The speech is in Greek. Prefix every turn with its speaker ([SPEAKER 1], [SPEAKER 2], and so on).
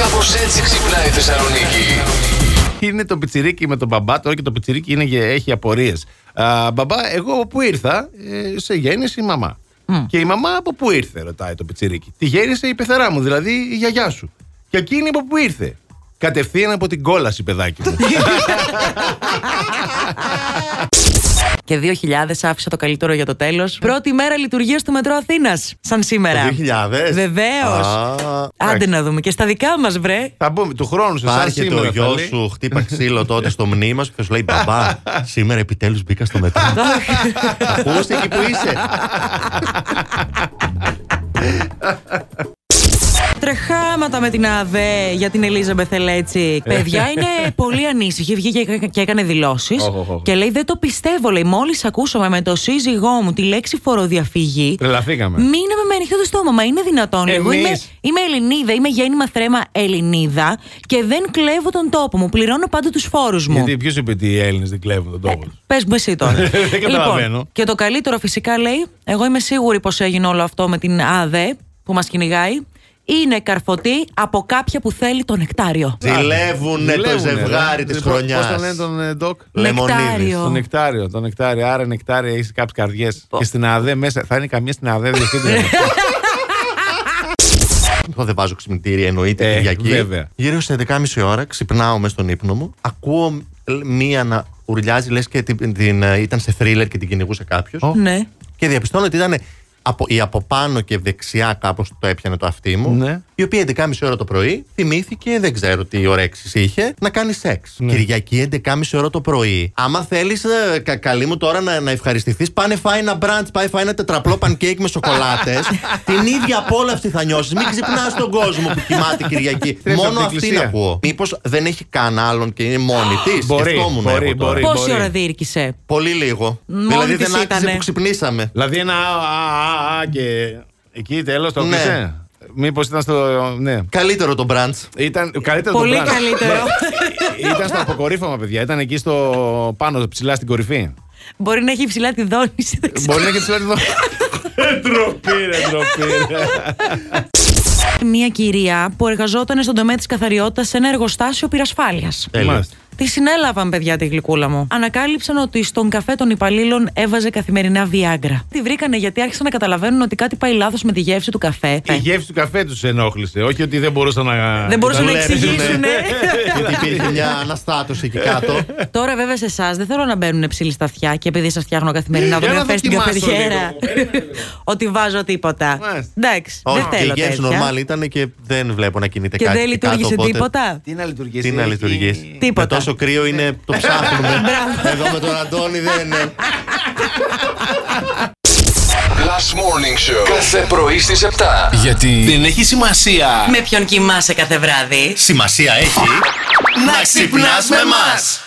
[SPEAKER 1] Κάπως έτσι ξυπνάει η Θεσσαλονίκη.
[SPEAKER 2] Είναι το πιτσιρίκι με τον μπαμπά. Τώρα και το πιτσιρίκι είναι, και έχει απορίες. Μπαμπά, εγώ που ήρθα, ε, σε γέννησε η μαμά. Και η μαμά από πού ήρθε, ρωτάει το πιτσιρίκι. Τη γέννησε η πεθερά μου, δηλαδή η γιαγιά σου. Και εκείνη από πού ήρθε. Κατευθείαν από την κόλαση, παιδάκι μου.
[SPEAKER 3] Και 2.000 άφησα το καλύτερο για το τέλος.
[SPEAKER 2] Ναι.
[SPEAKER 3] Πρώτη μέρα λειτουργίας του μετρό Αθήνας. Σαν σήμερα.
[SPEAKER 4] 2000.
[SPEAKER 3] Βεβαίως.
[SPEAKER 4] Α,
[SPEAKER 3] Άντε
[SPEAKER 4] εντάξει.
[SPEAKER 3] να δούμε. Και στα δικά μας, βρε.
[SPEAKER 2] Θα μπούμε του χρόνου σε εσάς
[SPEAKER 4] Υπάρχει το
[SPEAKER 2] σήμερα.
[SPEAKER 4] γιο
[SPEAKER 2] Θαλή.
[SPEAKER 4] σου, χτύπα ξύλο τότε στο μνήμα σου και σου λέει Μπαμπά, σήμερα επιτέλους μπήκα στο μετρό. Ακούστε εκεί που είσαι.
[SPEAKER 3] Τρεχάματα με την ΑΔΕ για την Ελίζα Μπεθελέτσι.
[SPEAKER 2] Ε.
[SPEAKER 3] Παιδιά είναι πολύ ανήσυχη. Βγήκε και- και έκανε δηλώσεις.
[SPEAKER 2] Οχ, οχ, οχ.
[SPEAKER 3] Και λέει: Δεν το πιστεύω. Λέει: Μόλις ακούσαμε με το σύζυγό μου τη λέξη φοροδιαφυγή.
[SPEAKER 2] Τρελαθήκαμε.
[SPEAKER 3] Μείναμε με ανοιχτό το στόμα. Μα είναι δυνατόν. λέει, Εγώ
[SPEAKER 2] Εμείς.
[SPEAKER 3] είμαι, είμαι Ελληνίδα, είμαι γέννημα θρέμα Ελληνίδα και δεν κλέβω τον τόπο μου. Πληρώνω πάντα τους φόρους μου.
[SPEAKER 2] Γιατί ποιος είπε ότι οι Έλληνες δεν κλέβουν τον τόπο τους.
[SPEAKER 3] Πες μου εσύ τώρα.
[SPEAKER 2] Δεν καταλαβαίνω.
[SPEAKER 3] Λοιπόν, και το καλύτερο φυσικά λέει, εγώ είμαι σίγουρη πως έγινε όλο αυτό με την ΑΔΕ που μας κυνηγάει. Είναι καρφωτή από κάποια που θέλει το νεκτάριο.
[SPEAKER 4] Ζηλεύουνε το
[SPEAKER 2] Δουλεύουνε,
[SPEAKER 4] ζευγάρι
[SPEAKER 2] ρε.
[SPEAKER 4] τη
[SPEAKER 2] Λοιπόν,
[SPEAKER 4] χρονιά.
[SPEAKER 2] Πώς τον λένε τον ε, Ντοκ.
[SPEAKER 4] Λεμονίδης.
[SPEAKER 3] Νεκτάριο.
[SPEAKER 2] Το νεκτάριο, το νεκτάριο. Άρα νεκτάρια έχει κάποιες καρδιές.
[SPEAKER 3] Πω. Ναι.
[SPEAKER 2] Και στην ΑΔΕ μέσα. Θα είναι καμία στην ΑΔΕ διευθύντρια.
[SPEAKER 4] Εγώ δεν βάζω ξυπνητήρια, εννοείται
[SPEAKER 2] Ε,
[SPEAKER 4] Κυριακή.
[SPEAKER 2] βέβαια.
[SPEAKER 4] Γύρω στις 11.30 ώρα ξυπνάω μες στον ύπνο μου. Ακούω μία να ουρλιάζει, λες και την, την, ε, ήταν σε θρίλερ και την κυνηγούσε κάποιος.
[SPEAKER 3] Ναι.
[SPEAKER 4] Και διαπιστώνω ότι ήταν από, η από πάνω και δεξιά κάπως το έπιανε το αυτί μου.
[SPEAKER 2] Ναι.
[SPEAKER 4] Η οποία 11.30 ώρα το πρωί θυμήθηκε, δεν ξέρω τι ωρέξεις είχε, να κάνει σεξ.
[SPEAKER 2] Ναι.
[SPEAKER 4] Κυριακή 11.30 ώρα το πρωί. Άμα θέλεις, κα, καλή μου τώρα να, να ευχαριστηθείς, πάνε φάει ένα μπραντ, πάει φάει ένα τετραπλό πανκέικ με σοκολάτες. την ίδια απόλαυση θα νιώσεις. Μην ξυπνάς τον κόσμο που κοιμάται Κυριακή.
[SPEAKER 2] Θες από
[SPEAKER 4] Μόνο
[SPEAKER 2] την
[SPEAKER 4] αυτή να
[SPEAKER 2] εκκλησία.
[SPEAKER 4] ακούω. Μήπως δεν έχει καν άλλον και είναι μόνη της.
[SPEAKER 2] Μπορεί,
[SPEAKER 4] Σκεφτόμουν
[SPEAKER 2] μπορεί,
[SPEAKER 4] εγώ τώρα.
[SPEAKER 2] μπορεί.
[SPEAKER 3] Πόση ώρα διήρκησε.
[SPEAKER 4] Πολύ λίγο.
[SPEAKER 3] Μόνη της
[SPEAKER 4] δηλαδή δεν άξιζε
[SPEAKER 3] ήτανε.
[SPEAKER 4] που ξυπνήσαμε.
[SPEAKER 2] δηλαδή ένα α, α, α, α, και εκεί τέλος το
[SPEAKER 4] Ναι.
[SPEAKER 2] κλείσε. Μήπως ήταν στο. Ναι.
[SPEAKER 4] Καλύτερο το μπραντ.
[SPEAKER 2] Ήταν καλύτερο
[SPEAKER 3] Πολύ
[SPEAKER 2] το brand.
[SPEAKER 3] καλύτερο.
[SPEAKER 2] Ναι. ήταν στο αποκορύφωμα, παιδιά. Ήταν εκεί στο πάνω, ψηλά στην κορυφή.
[SPEAKER 3] Μπορεί να έχει υψηλά τη δόνηση. δεν ξέρω.
[SPEAKER 2] Μπορεί να έχει ψηλά τη δόση. Ντροπή, ρε, ντροπή. ρε.
[SPEAKER 3] Μια κυρία που εργαζόταν στον τομέα της καθαριότητας σε ένα εργοστάσιο πυρασφάλειας.
[SPEAKER 4] Τέλειο.
[SPEAKER 2] Μάλιστα.
[SPEAKER 3] Τη συνέλαβαν, παιδιά, τη γλυκούλα μου. Ανακάλυψαν ότι στον καφέ των υπαλλήλων έβαζε καθημερινά Viagra. Τη βρήκανε γιατί άρχισαν να καταλαβαίνουν ότι κάτι πάει λάθος με τη γεύση του καφέ.
[SPEAKER 2] Η γεύση του καφέ τους ενόχλησε. Όχι ότι δεν μπορούσαν να.
[SPEAKER 3] Δεν μπορούσαν να
[SPEAKER 4] Δουλεύουνε.
[SPEAKER 3] εξηγήσουν. ε.
[SPEAKER 4] Γιατί υπήρχε μια αναστάτωση εκεί κάτω.
[SPEAKER 3] Τώρα, βέβαια, σε εσάς δεν θέλω να μπαίνουν ψηλή στα αυτιά και επειδή σας φτιάχνω καθημερινά
[SPEAKER 2] Για
[SPEAKER 3] τον
[SPEAKER 2] να
[SPEAKER 3] εαυτό στην
[SPEAKER 2] δοκιμάσω
[SPEAKER 3] καφετιέρα.
[SPEAKER 2] λίγο. Περίμενε
[SPEAKER 3] Ότι βάζω τίποτα.
[SPEAKER 2] Μάλιστα.
[SPEAKER 3] Εντάξει, δεν
[SPEAKER 4] Όχι, και η
[SPEAKER 3] θέλω
[SPEAKER 4] γεύση νορμάλ
[SPEAKER 3] τέτοια.
[SPEAKER 4] ήταν και δεν βλέπω να κινείται
[SPEAKER 3] Και
[SPEAKER 4] κάτι.
[SPEAKER 3] δεν
[SPEAKER 4] εκεί κάτω,
[SPEAKER 3] λειτουργήσε
[SPEAKER 4] οπότε
[SPEAKER 3] τίποτα.
[SPEAKER 2] Τι να λειτουργήσει.
[SPEAKER 4] Τι να λειτουργήσει.
[SPEAKER 3] Τίποτα.
[SPEAKER 4] Με τόσο κρύο είναι το ψάχνουμε. Εδώ με τον Αντώνη δεν είναι.
[SPEAKER 1] Last Morning Show. Κάθε πρωί στις 7.
[SPEAKER 5] Γιατί δεν έχει σημασία
[SPEAKER 3] Με ποιον κοιμάσαι κάθε βράδυ.
[SPEAKER 4] Σημασία έχει
[SPEAKER 5] να ξυπνάς με μας.